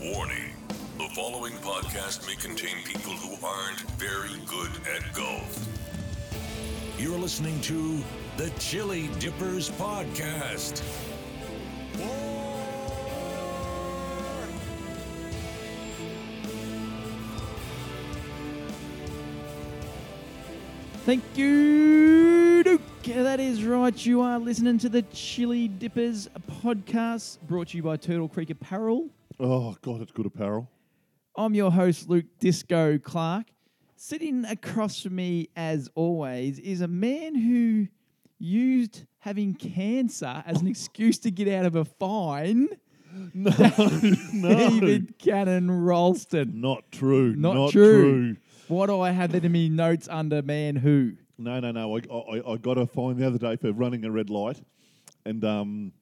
Warning The following podcast may contain people who aren't very good at golf. You're listening to the Chili Dippers Podcast. Thank you, Duke. That is right. You are listening to the Chili Dippers podcast brought to you by Turtle Creek Apparel. Oh God, it's good apparel. I'm your host, Luke Disco Clark. Sitting across from me, as always, is a man who used having cancer as an excuse to get out of a fine, no, David Cannon Ralston. not true. Not Not, true. true. What do I have that in me notes under man who? No, no, no. I, I, I got a fine the other day for running a red light, and um,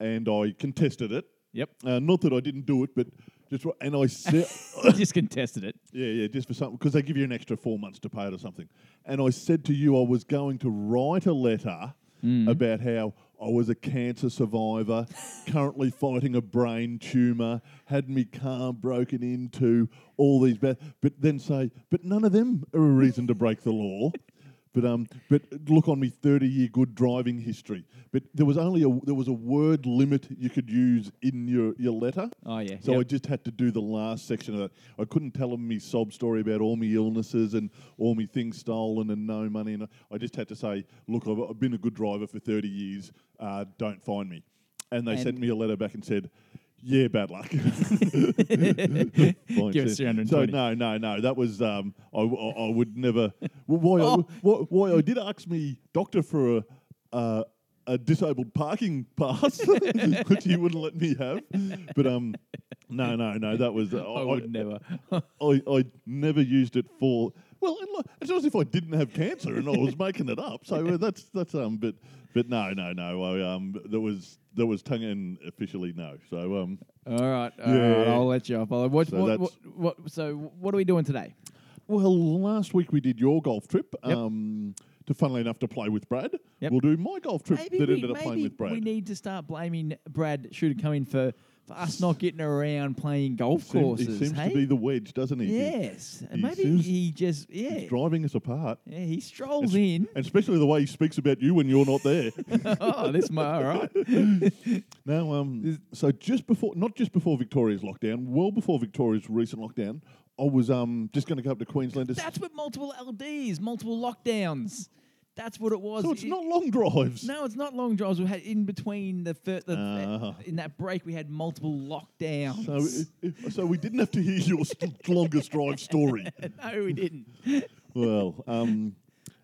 and I contested it. Yep. Uh, not that I didn't do it, but just ri- and I said, Just contested it. yeah, yeah, just for something because they give you an extra four months to pay it or something. And I said to you, I was going to write a letter about how. I was a cancer survivor, currently fighting a brain tumour, had me car broken into, all these bad, but then say, but none of them are a reason to break the law. But um, but look on me, thirty-year good driving history. But there was only a there was a word limit you could use in your your letter. Oh, yeah. So Yep. I just had to do the last section of that. I couldn't tell them my sob story about all my illnesses and all my things stolen and no money. And I just had to say, look, I've, I've been a good driver for 30 years. Uh, don't find me. And they And- sent me a letter back and said, yeah, bad luck. Fine, Give us so- your So 120. no, no, no. That was um, I, I, I would never. Well, why, Oh. I, why, why I did ask me doctor for a uh, a disabled parking pass, which he wouldn't let me have. But um, no, no, no. That was uh, I would never. I, I never used it for. Well, it li- it's not as if I didn't have cancer and I was making it up. So uh, that's that's um. But but no, no, no. I um. There was there was tongue in officially no. So um. All right, all Yeah. right, I'll let you off. I'll- What, So what, what, that's- what- so what are we doing today? Well, last week we did your golf trip. Yep. Um, to funnily enough to play with Brad. Yep. We'll do my golf trip that ended up playing with Brad. we need to start blaming Brad Shooter coming for, for us not getting around playing golf Seem- courses. he seems hey? to be the wedge, doesn't he? He- yes, and he maybe seems- he just yeah, He's driving us apart. yeah he strolls It's- in. And especially the way he speaks about you when you're not there. oh, this might all right. Now, um, so just before, not just before Victoria's lockdown, well before Victoria's recent lockdown, I was um, just going to go up to Queensland. To s- That's what multiple LDs, multiple lockdowns. That's what it was. so it's It- not long drives. No, it's not long drives. We had in between the, fir- the Ah. in that break we had multiple lockdowns. So, it, it- so we didn't have to hear your st- longest drive story. no, we didn't. Well, um,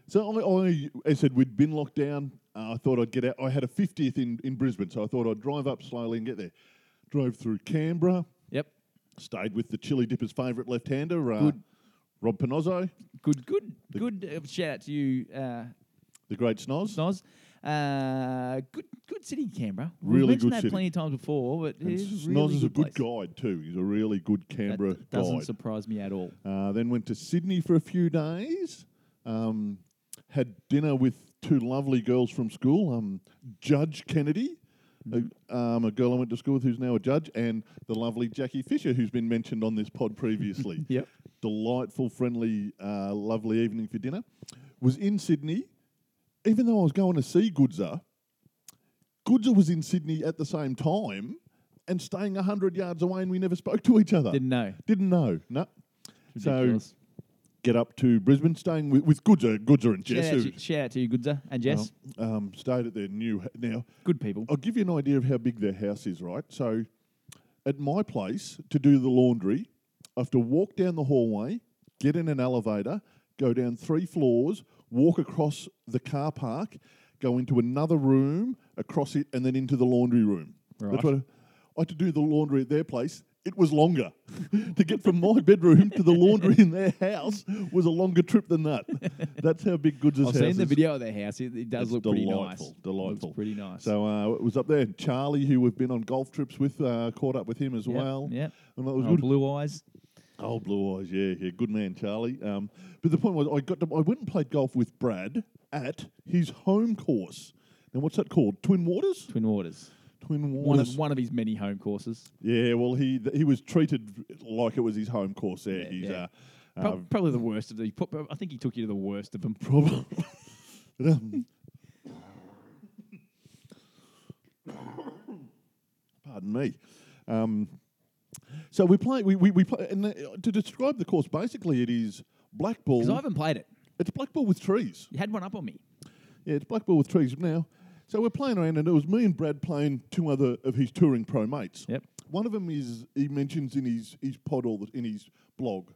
so I, I, as I said, we'd been locked down. Uh, I thought I'd get out. I had a 50th in, in Brisbane, so I thought I'd drive up slowly and get there. Drove through Canberra, Yep. stayed with the Chili Dippers' favourite left-hander, uh, Good. Rob Pinozzo, Good, good, good. Uh, shout out to you, uh, the great Snoz. Snoz. Uh, good, good city, Canberra. We've Really mentioned good that city. plenty of times before, but And it is Snoz really is a place. good guide too. He's a really good That Canberra d- doesn't guide. surprise me at all. Uh, then went to Sydney for a few days. Um, had dinner with two lovely girls from school. Um, judge Kennedy, a, um, a girl I went to school with who's now a judge, and the lovely Jackie Fisher, who's been mentioned on this pod previously. Yep. Delightful, friendly, uh, lovely evening for dinner. Was in Sydney, even though I was going to see Goodza. Goodza was in Sydney at the same time and staying 100 yards away, and we never spoke to each other. Didn't know. Didn't know. No. So Ridiculous. get up to Brisbane, staying with, with Gooder, Gooder and shout, Jess, out who to, shout out to you, Goodza and Jess. um, stayed at their new. h- Now, Good people. I'll give you an idea of how big their house is, right? So, at my place to do the laundry, I have to walk down the hallway, get in an elevator, go down three floors, walk across the car park, go into another room, across it, and then into the laundry room. Right. That's what I, I had to do the laundry at their place. It was longer. to get from my bedroom to the laundry in their house was a longer trip than that. That's how big Goods' I've house seen the is. video of their house. It, it does It's look delightful, pretty nice. Looks delightful. pretty nice. So uh, it was up there. Charlie, who we've been on golf trips with, uh, caught up with him as Yep, well. yep. and that was Oh, good. blue eyes. Oh, blue eyes, yeah, yeah, good man, Charlie. Um, but the point was, I got to, I went and played golf with Brad at his home course. Now, what's that called? Twin Waters. Twin Waters. Quinn One Warner. of, one of his many home courses. Yeah, well, he th- he was treated like it was his home course. There, he's yeah. Uh, Prob- um, probably the worst of the. pro- pro- I think he took you to the worst of them. problem. Um, Pardon me. Um, so we play. We we, we play, and the, to describe the course, basically it is black ball. Because I haven't played it. It's black ball with trees. You had one up on me. Yeah, it's black ball with trees now. So we're playing around, and it was me and Brad playing two other of his touring pro mates. Yep. One of them is he mentions in his his pod all the, in his blog.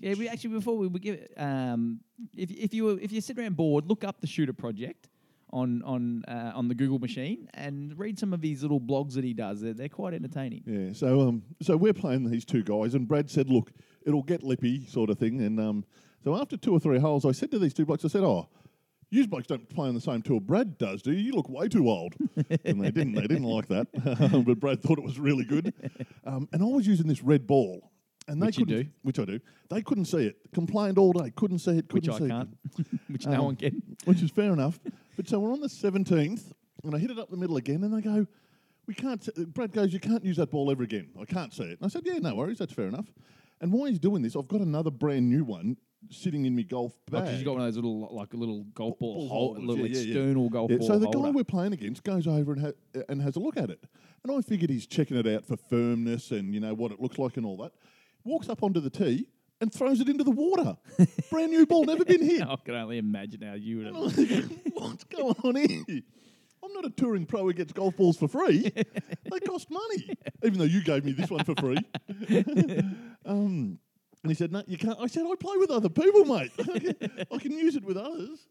Yeah, we actually before we would give it, um, if if you were, if you sit around bored, look up the Shooter Project on on uh, on the Google machine and read some of these little blogs that he does. They're, they're quite entertaining. Yeah, so um, so we're playing these two guys, and Brad said, "Look, it'll get lippy, sort of thing." And um, so after two or three holes, I said to these two blokes, "I said, oh, you blokes don't play on the same tour Brad does, do you? You look way too old." and they didn't. They didn't like that, but Brad thought it was really good. Um, and I was using this red ball, and they Which you couldn't, do. which I do. They couldn't see it. Complained all day, couldn't see it, Which couldn't Um, I see it can't, which no one can. which is fair enough. But so we're on the 17th, and I hit it up the middle again, and they go, "We can't." s- Brad goes, "You can't use that ball ever again. I can't see it." And I said, "Yeah, no worries. That's fair enough." And while he's doing this, I've got another brand new one sitting in my golf bag. Because Oh, you got one of those little like a little golf ball, Ball hol- holders, little yeah, yeah, yeah. external golf Yeah, ball. So the guy holder. we're playing against goes over and, ha- and has a look at it. And I figured he's checking it out for firmness and, you know, what it looks like and all that. Walks up onto the tee and throws it into the water. Brand new ball, never been hit. I can only imagine how you would. And have... I'm like, What's going on here? I'm not a touring pro who gets golf balls for free. they cost money, even though you gave me this one for free. um, and he said, "No, you can't." I said, "I play with other people, mate. I can, I can use it with others."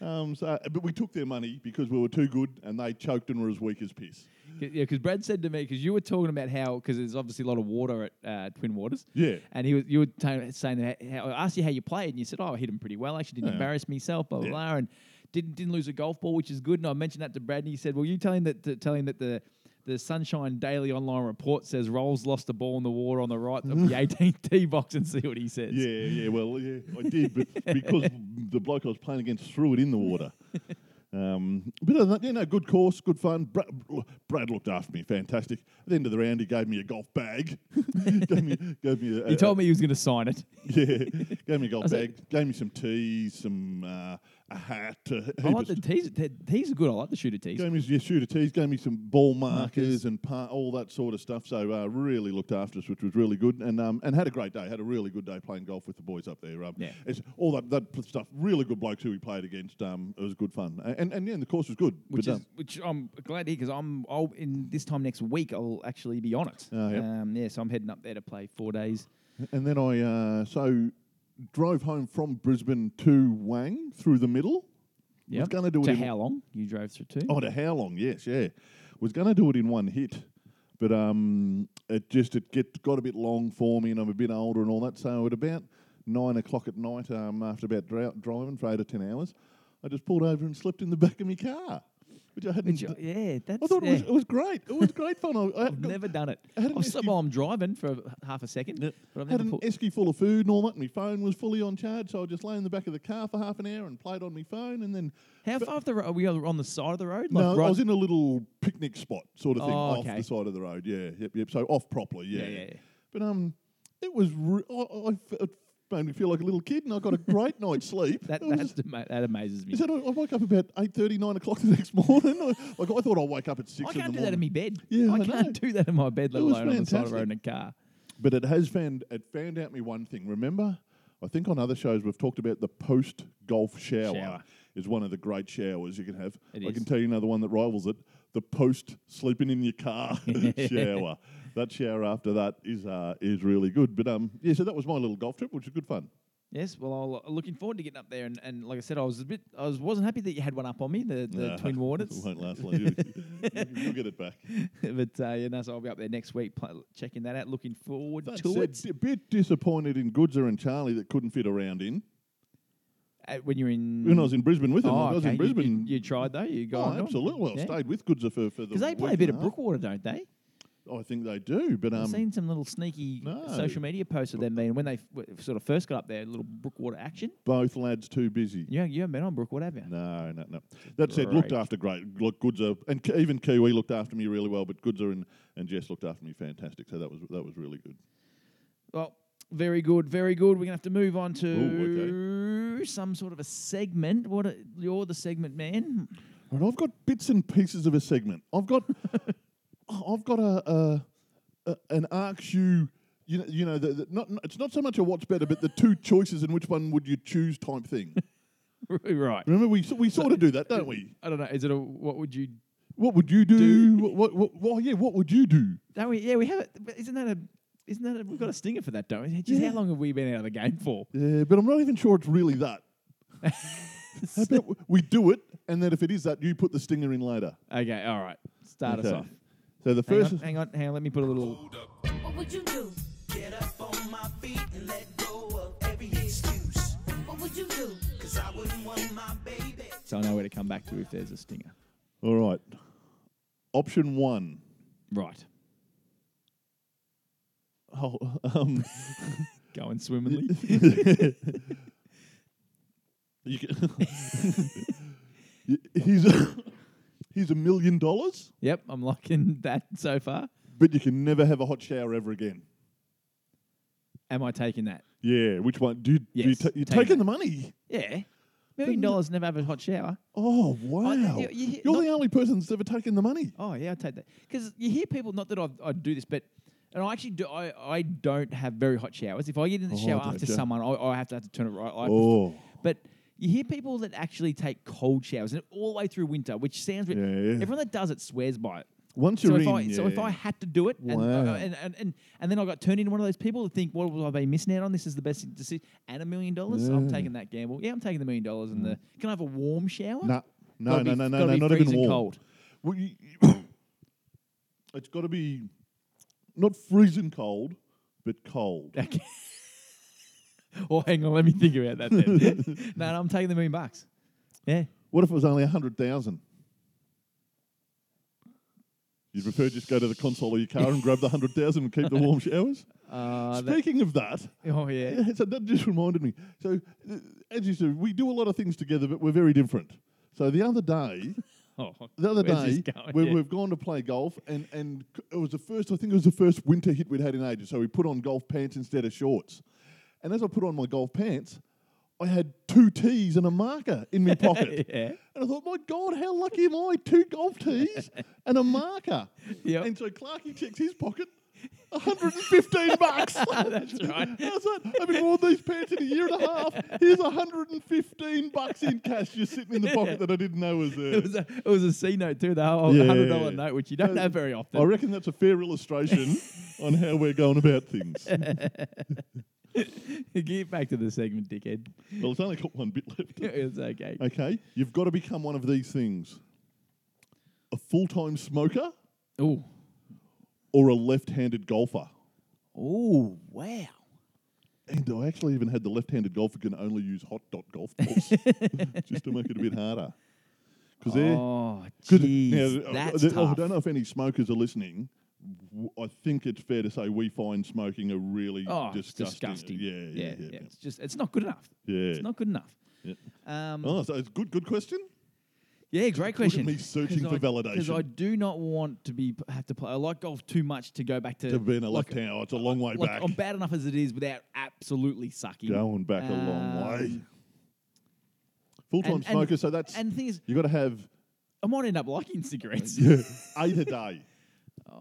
Um, so, but we took their money because we were too good, and they choked and were as weak as piss. Yeah, because Brad said to me, because you were talking about how, because there's obviously a lot of water at uh, Twin Waters. Yeah. And he was, you were ta- saying that, how, I asked you how you played, and you said, oh, I hit him pretty well. Actually, didn't Yeah. embarrass myself, blah, blah, Yeah. blah. And didn't, didn't lose a golf ball, which is good. And I mentioned that to Brad, and he said, well, you tell him that, to tell him that the, the Sunshine Daily Online Report says Rolls lost a ball in the water on the right of the 18th tee box and see what he says. Yeah, yeah. Well, yeah, I did, but because the bloke I was playing against threw it in the water. Um, but other than that, you know, good course, good fun. Brad, Brad looked after me, fantastic. At the end of the round, he gave me a golf bag. gave me, gave me. A, He told me he was going to sign it. yeah, gave me a golf was bag. like- gave me some tea, some uh, a hat. A I heap like the of tees. The tees are good. I like the shooter tees. Gave me yeah, shooter tees, gave me some ball markers, Markers. and par- all that sort of stuff. So uh, really looked after us, which was really good, and um, and had a great day. Had a really good day playing golf with the boys up there. Um, Yeah. it's all that, that pl- stuff. Really good blokes who we played against. Um, it was good fun, A- and and yeah, and the course was good. which but, is um, which I'm glad to hear because I'm I'll, in this time next week I'll actually be on it. Oh, yep. Um, yeah, so I'm heading up there to play four days. and then I uh, so drove home from Brisbane to Wang through the middle. Yeah, Was going to do it. to in- how long you drove through too? Oh, to how long? Yes, yeah. Was going to do it in one hit, but um, it just it get got a bit long for me, and I'm a bit older and all that. So at about nine o'clock at night, um, after about dra- driving for eight or ten hours, I just pulled over and slept in the back of my car, which I hadn't. Which, uh, d- yeah, that's. I thought it was yeah. it was great. It was great fun. I, I I've never done it. I had an I've slept excuse- while I'm driving for h- half a second, but I've had never an put. esky full of food and all that. and My phone was fully on charge, so I just lay in the back of the car for half an hour and played on my phone, and then How far off the road are we on on the side of the road? No, right- I was in a little picnic spot sort of thing Oh, off okay. the side of the road. Yeah, yep, yep. So off properly. Yeah, Yeah, yeah, yeah. But um, it was. Re- I, I f- it made me feel like a little kid, and I got a great night's sleep. that It was that's just- ama- that amazes me. is that I, I woke up about eight thirty, nine o'clock the next morning. I- like I thought I'd wake up at six. I in can't the do that in morning. my bed. Yeah, I I know. can't do that in my bed, let It was alone on the side of the road in a fantastic. car. But it has found it found out me one thing. Remember, I think on other shows we've talked about the post golf shower, Shower. is one of the great showers you can have. It I is. can tell you another one that rivals it: the post sleeping in your car shower. That shower after that is uh, is really good. But um, yeah, so that was my little golf trip, which was good fun. Yes, well, I'll, I'm looking forward to getting up there, and, and like I said, I was a bit, I was wasn't happy that you had one up on me, the, the Nah, Twin it Waters, Uh, won't last long. You- You'll get it back. but uh, yeah, no, so I'll be up there next week pl- checking that out. Looking forward That to said, it. a bit disappointed in Goodser and Charlie that couldn't fit around in. Uh, when you're in, When I was in Brisbane with them, oh, I was okay. in You- you- Brisbane. You, tried though, you got Oh, absolutely. Well, Oh, stayed with Goodser for, for the because they play a week bit and of half. Brookwater, don't they? I think they do, but um, I've seen some little sneaky no. social media posts of them being when they f- w- sort of first got up there, little Brookwater action. both lads too busy. You, you haven't been on Brookwater, have you? No, no, no. That said, looked Great. after great. Look, Goods and Ki- even Kiwi looked after me really well, but Goods and, and Jess looked after me fantastic. So that was that was really good. Well, very good, very good. We're gonna have to move on to Ooh, some sort of a segment. What a, you're the segment man. And I've got bits and pieces of a segment. I've got, I've got a, a, a an ArcU. You know, you know, the, the, not it's not so much a what's better, but the two choices and which one would you choose type thing. right. Remember, we s- we sort of do that, don't we? I don't know. Is it a what would you? What would you do? What, what, what, well, yeah, what would you do? Don't we? Yeah, we have it. But isn't that a? Isn't that a, we've got a stinger for that, don't we? Geez, Yeah. How long have we been out of the game for? Yeah, but I'm not even sure it's really that. How about w- we do it, and then if it is that, you put the stinger in later. Okay, all right. Start us Okay. off. So the Hang first, on, hang on, hang on. Let me put a little. What would you do? Get up on my feet and let go of every excuse. What would you do? Cause I wouldn't want my baby. So I know where to come back to if there's a stinger. all right. Option one. Right. Oh, um, Going swimmingly. you can- he's a, he's a million dollars, yep, I'm liking that so far. but you can never have a hot shower ever again. Am I taking that? Yeah, which one? Do you, do you Yes, ta- you're take taking it. the money. Yeah. Million dollars, never have a hot shower. Oh wow! you- you- you- You're not- the only person that's ever taken the money. Oh yeah, I take that because you hear people. Not that I've, I do this, but and I actually do. I, I don't have very hot showers. If I get in the Oh, shower don't after you? someone, I, I have to have to turn it right. I pref- Oh. but you hear people that actually take cold showers and all the way through winter, which sounds. ri- Yeah, yeah. Everyone that does it swears by it. Once So you're if, in, I, so if yeah. I had to do it, and, Wow. uh, and, and, and and then I got turned into one of those people that think, "What will I be missing out on? This is the best decision." And a million dollars, I'm Yeah. Mm. taking that gamble. Yeah, I'm taking the million dollars and the. Can I have a warm shower? No, no, Gotta be- no, gotta no, no, no, be not even freezing warm. cold. Well, you, you- it's got to be not freezing cold, but cold. Okay. oh, hang on. Let me think about that then. no, no, I'm taking the million bucks. Yeah. What if it was only a hundred thousand? You'd prefer just go to the console of your car and grab the hundred thousand and keep the warm showers. Uh, that- Speaking of that, oh, yeah. yeah, so that just reminded me. So, uh, as you said, we do a lot of things together, but we're very different. So the other day. Oh, The other where's this day, going? we, Yeah. we've gone to play golf, and, and c- it was the first, I think it was the first winter hit we'd had in ages. So we put on golf pants instead of shorts. And as I put on my golf pants, I had two tees and a marker in my pocket. Yeah. And I thought, my God, how lucky am I? Two golf tees and a marker. Yep. And so Clarky checks his pocket. 115 bucks. That's right. How's that? I've been worn these pants in a year and a half. Here's 115 bucks in cash just sitting in the pocket that I didn't know was there. It was a it was a C note too, the whole Yeah. hundred dollar note, which you don't Uh, have very often. I reckon that's a fair illustration on how we're going about things. Get back to the segment, dickhead. Well, it's only got one bit left. it's okay. Okay, you've got to become one of these things a full time smoker Oh, or a left handed golfer. oh, wow. And I actually even had the left handed golfer can only use hot dot golf balls just to make it a bit harder. Because they're. Oh, 'cause- jeez, now, I- that's I, tough. I don't know if any smokers are listening. W- I think it's fair to say we find smoking a really Oh, it's disgusting. disgusting. Yeah, yeah, yeah. yeah. It's just it's not good enough. It's Yeah. not good enough. Yeah. Um, Oh, so it's good. Good question. Yeah, great Look at question. me searching for Because I validation. do not want to be have to play. I like golf too much to go back to, To being a like, left hander, it's a long way like, back. I'm bad enough as it is without absolutely sucking. Going back a long way. Um, Full time and- and- smoker, so that's And the thing is, you got to have I might end up liking cigarettes. eight a day,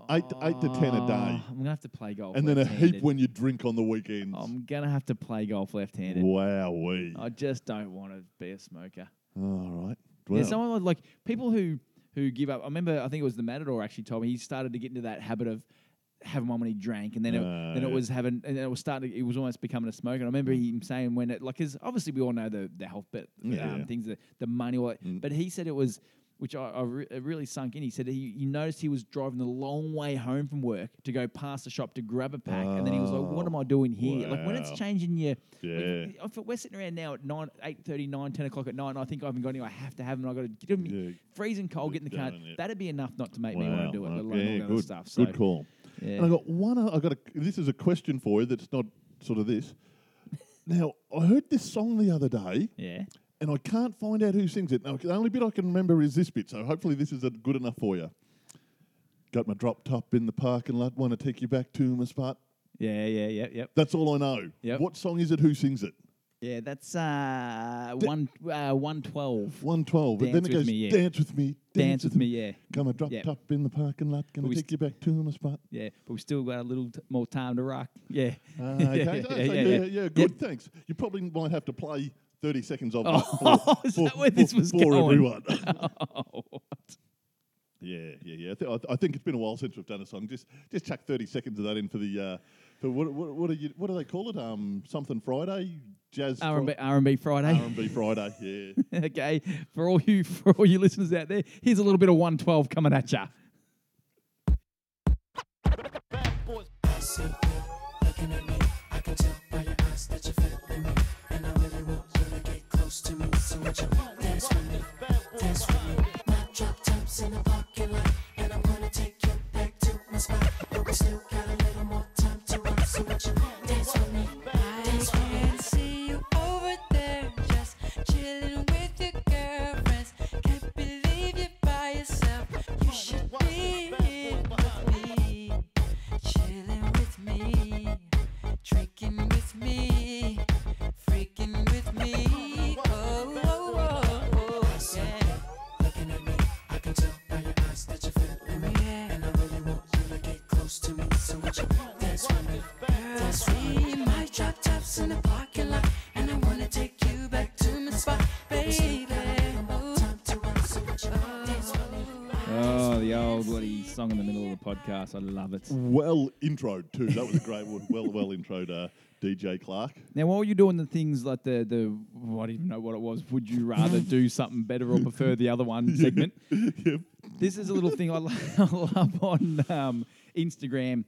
eight eight to ten a day, Oh, I'm gonna have to play golf. and then a heap left-handed. when you drink on the weekends. Oh, I'm gonna have to play golf left-handed. Wowee! I just don't want to be a smoker. All right. Yeah, Well, someone like, like people who who give up. I remember I think it was the Matador actually told me he started to get into that habit of having one when he drank, and then it, Ah, then it yeah. was having, and then it was starting. To, it was almost becoming a smoker. And I remember him saying when it like, because obviously we all know the the health bit, Yeah, um, yeah. things, the, the money, what, Mm. but he said it was. Which I, I re- it really sunk in. He said he, he noticed he was driving the long way home from work to go past the shop to grab a pack, and then he was like, "What am I doing here?" Like when it's Wow. changing your, Yeah. like, if we're sitting around now at 9, 8.30, 9, 10 o'clock at night, and I think I haven't got any, I have to have them, I've got to get them Yeah. freezing cold, get in the car. Down, yeah. That'd be enough not to make me wow. want to do it, let alone Okay, all the good. other stuff. So Good call. Yeah. And I got one. o- I got a. This is a question for you. That's not sort of this. Now I heard this song the other day, Yeah. and I can't find out who sings it. Now the only bit I can remember is this bit. So hopefully this is uh, good enough for you. Got my drop top in the parking lot. Want to take you back to my spot. Yeah, yeah, yeah, yep. That's all I know. Yep. What song is it? Who sings it? Yeah, that's uh, one, uh, 112. One twelve. But Dance then it with goes. me, yeah. Dance with me. Dance with me, yeah. Come and drop Yep. top in the parking lot. Gonna we take you back to my spot. Yeah, but we still got a little t- more time to rock. Yeah. Ah, okay. yeah, yeah, yeah, good. Thanks. You probably might have to play thirty seconds of that Oh, is that where this was for going? everyone. Oh, yeah, yeah, yeah. I, thi- I th- I think it's been a while since we've done a song. Just just chuck thirty seconds of that in for the. Uh, for what, what, what are you? What do they call it? Um, something Friday, jazz Fri- R&B, R&B Friday. R&B Friday. Yeah. okay, for all you for all you listeners out there, here's a little bit of 112 coming at ya. can see you over there just chilling with your girlfriends. Can't believe you're by yourself. You should be here with me, chilling with me, drinking with me, freaking with me. Oh, oh, oh, oh, yeah. Yeah. Girl, see my drop tops in the parking lot, and I wanna take you back to my spot, baby. Oh, the old bloody song in the middle of the podcast. I love it. well introed too. That was a great one. Well, well introed. Uh, DJ Clark. Now, while you're doing the things like the the well, I don't even know what it was. Would you rather do something better or prefer the other one segment? Yep. This is a little thing I, lo- I love on um, Instagram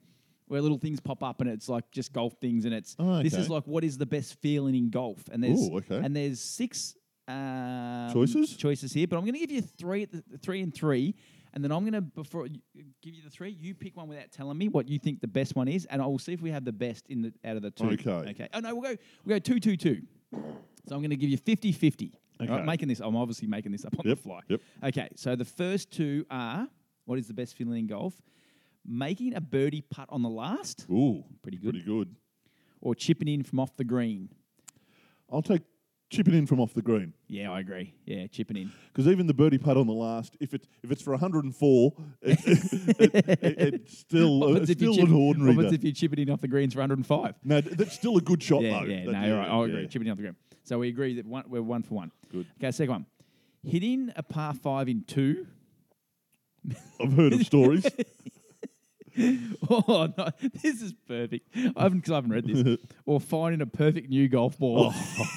where little things pop up and it's like just golf things and it's Oh, this is okay. like what is the best feeling in golf and there's Ooh, okay. and there's six um, Choices? choices here but I'm going to give you three at the, three and three and then I'm going to before you- give you the three you pick one without telling me what you think the best one is and I will see if we have the best in the out of the two Okay. okay oh no we'll go we'll go two two two so I'm going to give you 50 50 Okay. making this I'm obviously making this up on Yep, the fly yep. Okay, so the first two are what is the best feeling in golf? Making a birdie putt on the last Ooh, Pretty good. Pretty good. or chipping in from off the green? I'll take chipping in from off the green. Yeah, I agree. Yeah, chipping in. Because even the birdie putt on the last, if it's if it's for 104, it, it, it- it's still What happens if it's you still chip- an ordinary. What happens day. if you chip it in off the greens for 105? no, th- that's still a good shot Yeah, though. yeah, That- no, you're right. I agree. yeah. Chipping in off the green. So we agree that one, we're one for one. Good. Okay, second one. Hitting a par five in two. I've heard of stories. Oh, no, this is perfect. I haven't, cause I haven't read this. or finding a perfect new golf Oh, ball. You-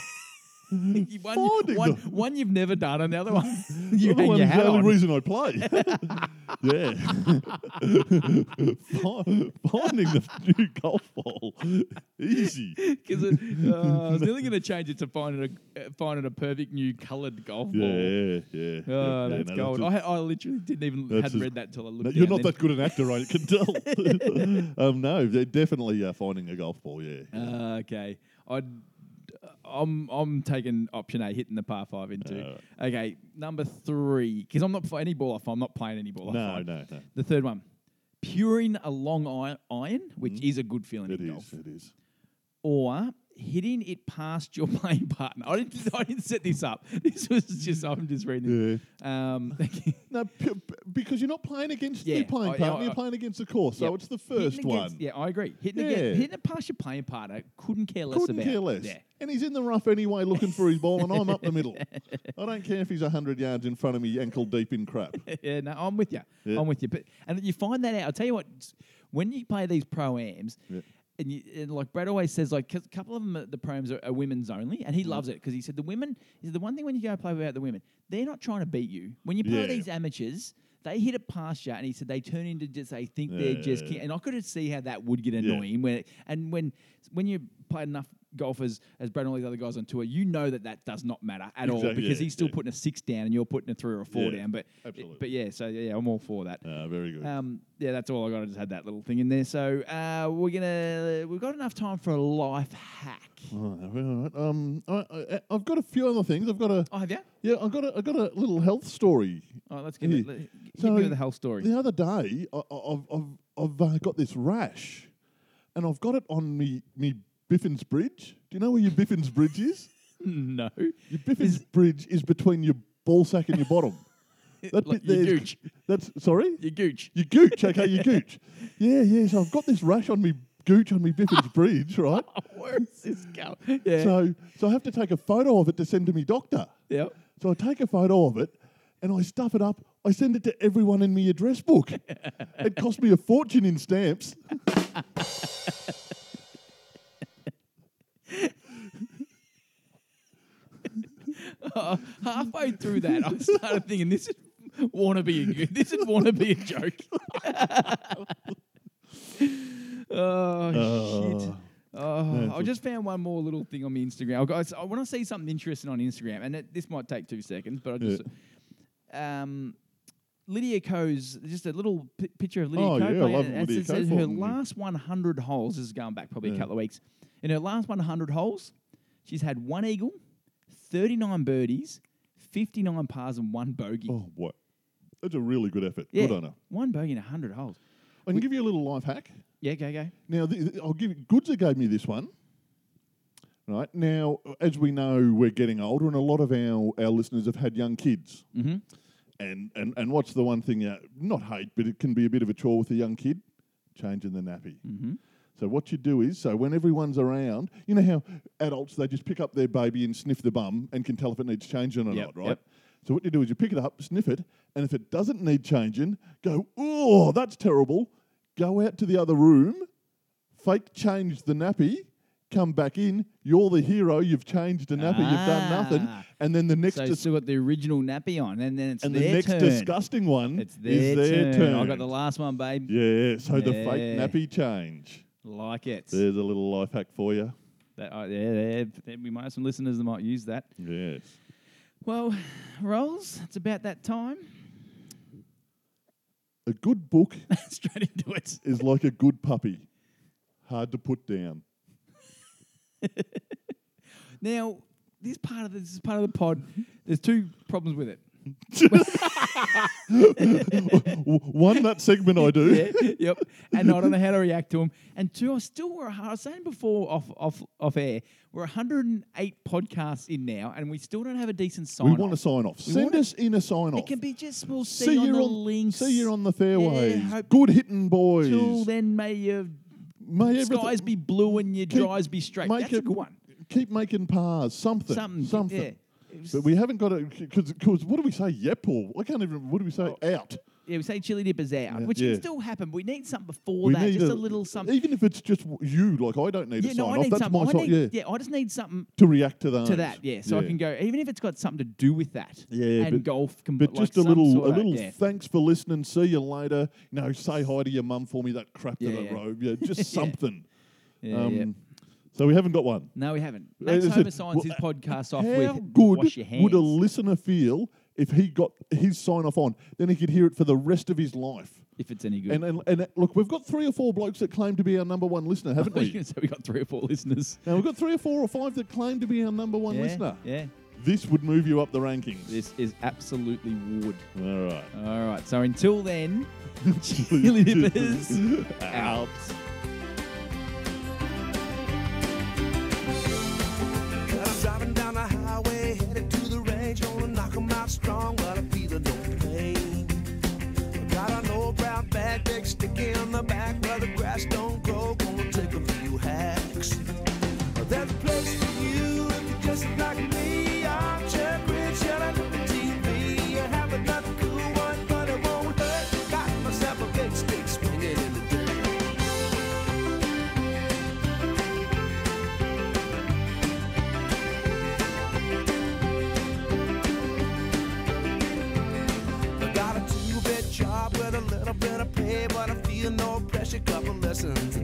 one, Finding one, them. one you've never done, and the other one you Other hang your one's hat the only on. reason I play. yeah, Fi- finding the new golf ball easy. 'Cause it, uh, I was nearly going to change it to finding a uh, finding a perfect new coloured golf Yeah, ball. yeah, yeah. Oh, that's no, gold. a- I, I literally didn't even That's hadn't a- read that till I looked. No, you're down not then. that good an actor, I can tell. um, no, they're definitely uh, finding a golf ball. Yeah, Uh, okay, I'd, I'm I'm taking option A, hitting the par five in two. Okay, number three, because I'm not for any ball off. I'm not playing any ball off. No, I'm- no, no. The third one, puring a long i- iron, which is a good feeling Mm-hmm. It in is. golf, It is. or hitting it past your playing partner. I didn't I didn't set this up. This was just I'm just reading. It. Um, No, p- p- because you're not playing against Yeah, the playing I- partner. I- you're playing against the course. So yep. it's the hitting first against- one. Yeah, I agree. Hitting Yeah. against, hitting it past your playing partner. Couldn't care less Couldn't about. care less. Yeah. And he's in the rough anyway, looking for his ball, and I'm up the middle. I don't care if he's hundred yards in front of me, ankle deep in crap. yeah, no, I'm with you. Yeah. I'm with you. But and you find that out. I'll tell you what, s- when you play these pro ams, Yeah. and, you, and like Brad always says, like a couple of them, are, the pro ams are, are women's only, Mm. and he loves it because he said the women is the one thing when you go play without the women, they're not trying to beat you. When you play Yeah. these amateurs. They hit it past you, and he said they turn into just they think they're just. Yeah. ki- And I could see how that would get annoying when, and when when you play enough golfers as Brad and all these other guys on tour, you know that that does not matter at all Exactly, because yeah, he's still yeah. putting a six down and you're putting a three or a four Yeah, down. But absolutely. but yeah, so yeah, I'm all for that. Ah, very good. Um, yeah, that's all I got. I just had that little thing in there. So uh, we're gonna we've got enough time for a life hack. All right, all right. Um, I, I, I've got a few other things. I've got a Oh, have you? yeah. I've got a, I've got a little health story. All right, let's get it. Yeah. Let, hit So, me with the health story. The other day, I, I- I've, I've, I've uh, got this rash, and I've got it on me me Biffin's Bridge. Do you know where your Biffin's Bridge is? No, Your Biffin's Bridge is between your ball sack and your bottom. That Like bit your there's- gooch. That's sorry. you gooch. Your gooch, okay, your gooch. Yeah, yeah. So I've got this rash on me gooch on me Biffin's Bridge, right? Where's this going? Yeah. So so I have to take a photo of it to send to me doctor. yep. So I take a photo of it and I stuff it up. I send it to everyone in my address book. it cost me a fortune in stamps. Uh, halfway through that, I started thinking this is wanna be a good, this is wanna be a joke. oh shit. Uh, Oh, it's I a- just found one more little thing on my Instagram. I, got, I want to see something interesting on Instagram, and it, this might take two seconds, but I Yeah. just um, Lydia Coe's just a little p- picture of Lydia Oh, Ko yeah, I playing, love and it Lydia says Ko her form. last 100 holes. This is going back probably a Yeah. couple of weeks. In her last 100 holes, she's had one eagle, 39 birdies, 59 pars, and one bogey. Oh, what? That's a really good effort. yeah, Good on her. one bogey in 100 holes. I can give you a little life hack. Yeah, go go. Now, th- th- I'll give you, Goodser gave me this one. Right now, as we know, we're getting older, and a lot of our, our listeners have had young kids. Mm-hmm. And, and and what's the one thing? Uh, not hate, but it can be a bit of a chore with a young kid, changing the nappy. Mm-hmm. So what you do is, so when everyone's around, you know how adults they just pick up their baby and sniff the bum and can tell if it needs changing or Yep, not, right? yep. So what you do is you pick it up, sniff it, and if it doesn't need changing, go, oh, that's terrible. Go out to the other room, fake change the nappy, come back in. You're the hero. You've changed the nappy. You've done nothing. Ah. And then the next So dis- she's got the original nappy on, and then it's and the their next turn. disgusting one It's is their, turn. I got the last one, babe. yeah. So the fake Yeah. nappy change. Like it. There's a little life hack for you. That, uh, yeah, yeah, yeah, we might have some listeners that might use that. Yes. Well, Rolls, it's about that time. A good book Straight into it. is like a good puppy, hard to put down. Now, this part of the, this is part of the pod. There's two problems with it. W- One that segment I do. Yeah, yep. And I don't know how to react to them. And two, I still were. I was saying before off off off air, we're 108 podcasts in now, and we still don't have a decent sign. We want a sign off. We Send want a- us in a sign off. It can be just small. See, on the links. See you on the fairways. Yeah, hope- Good hitting, boys. Till then, may your May everything- skies be blue and your keep- drives be straight. make That's it- a good one. Keep making pars. Something. Something. Something. Yeah. It was- But we haven't got it because what do we say? Yep, or I can't even. What do we say? Oh. Out. Yeah, we say chili dippers out, Yeah. which Yeah. can still happen. but We need something before we that, just a, little something. Even if it's just w- you, like I don't need yeah, a sign no, I off. need That's something. my I sign. need, yeah. I just need something To react to those. to that. Yeah, so I can go, even if it's got something to do with that. Yeah, and but- golf. Com- But like just a some little, sort a of- little. yeah. Thanks for listening. See you later. You know, say hi to your mum for me. That crap Yeah, to that yeah. robe. Yeah, just something. Yeah, um, yeah. So we haven't got one. No, we haven't. Max Uh, Homer listen, signs his well, podcast off how with good "Wash your hands." would a listener feel if he got his sign off on? Then he could hear it for the rest of his life. if it's any good. And, and and look, we've got three or four blokes that claim to be our number one listener, haven't I was we? going to say we got three or four listeners. Now we've got three or four or five that claim to be our number one yeah, listener. yeah, This would move you up the rankings. this is absolutely wood. All right. All right, so until then, chili dippers out. I'm driving down the highway, headed to the range. Gonna knock 'em out strong, but I feel no pain. Got an old brown bag, big sticky on the back, where the grass don't grow. Gonna take a few hacks. There's a place for you if you're just like me. I'm Jeff Rich, yelling at the TV. I have another cool one, but it won't hurt. Got myself a big stick swinging in the dirt. I got a two-bit job with a little bit of pay, but I feel no pressure. Couple lessons a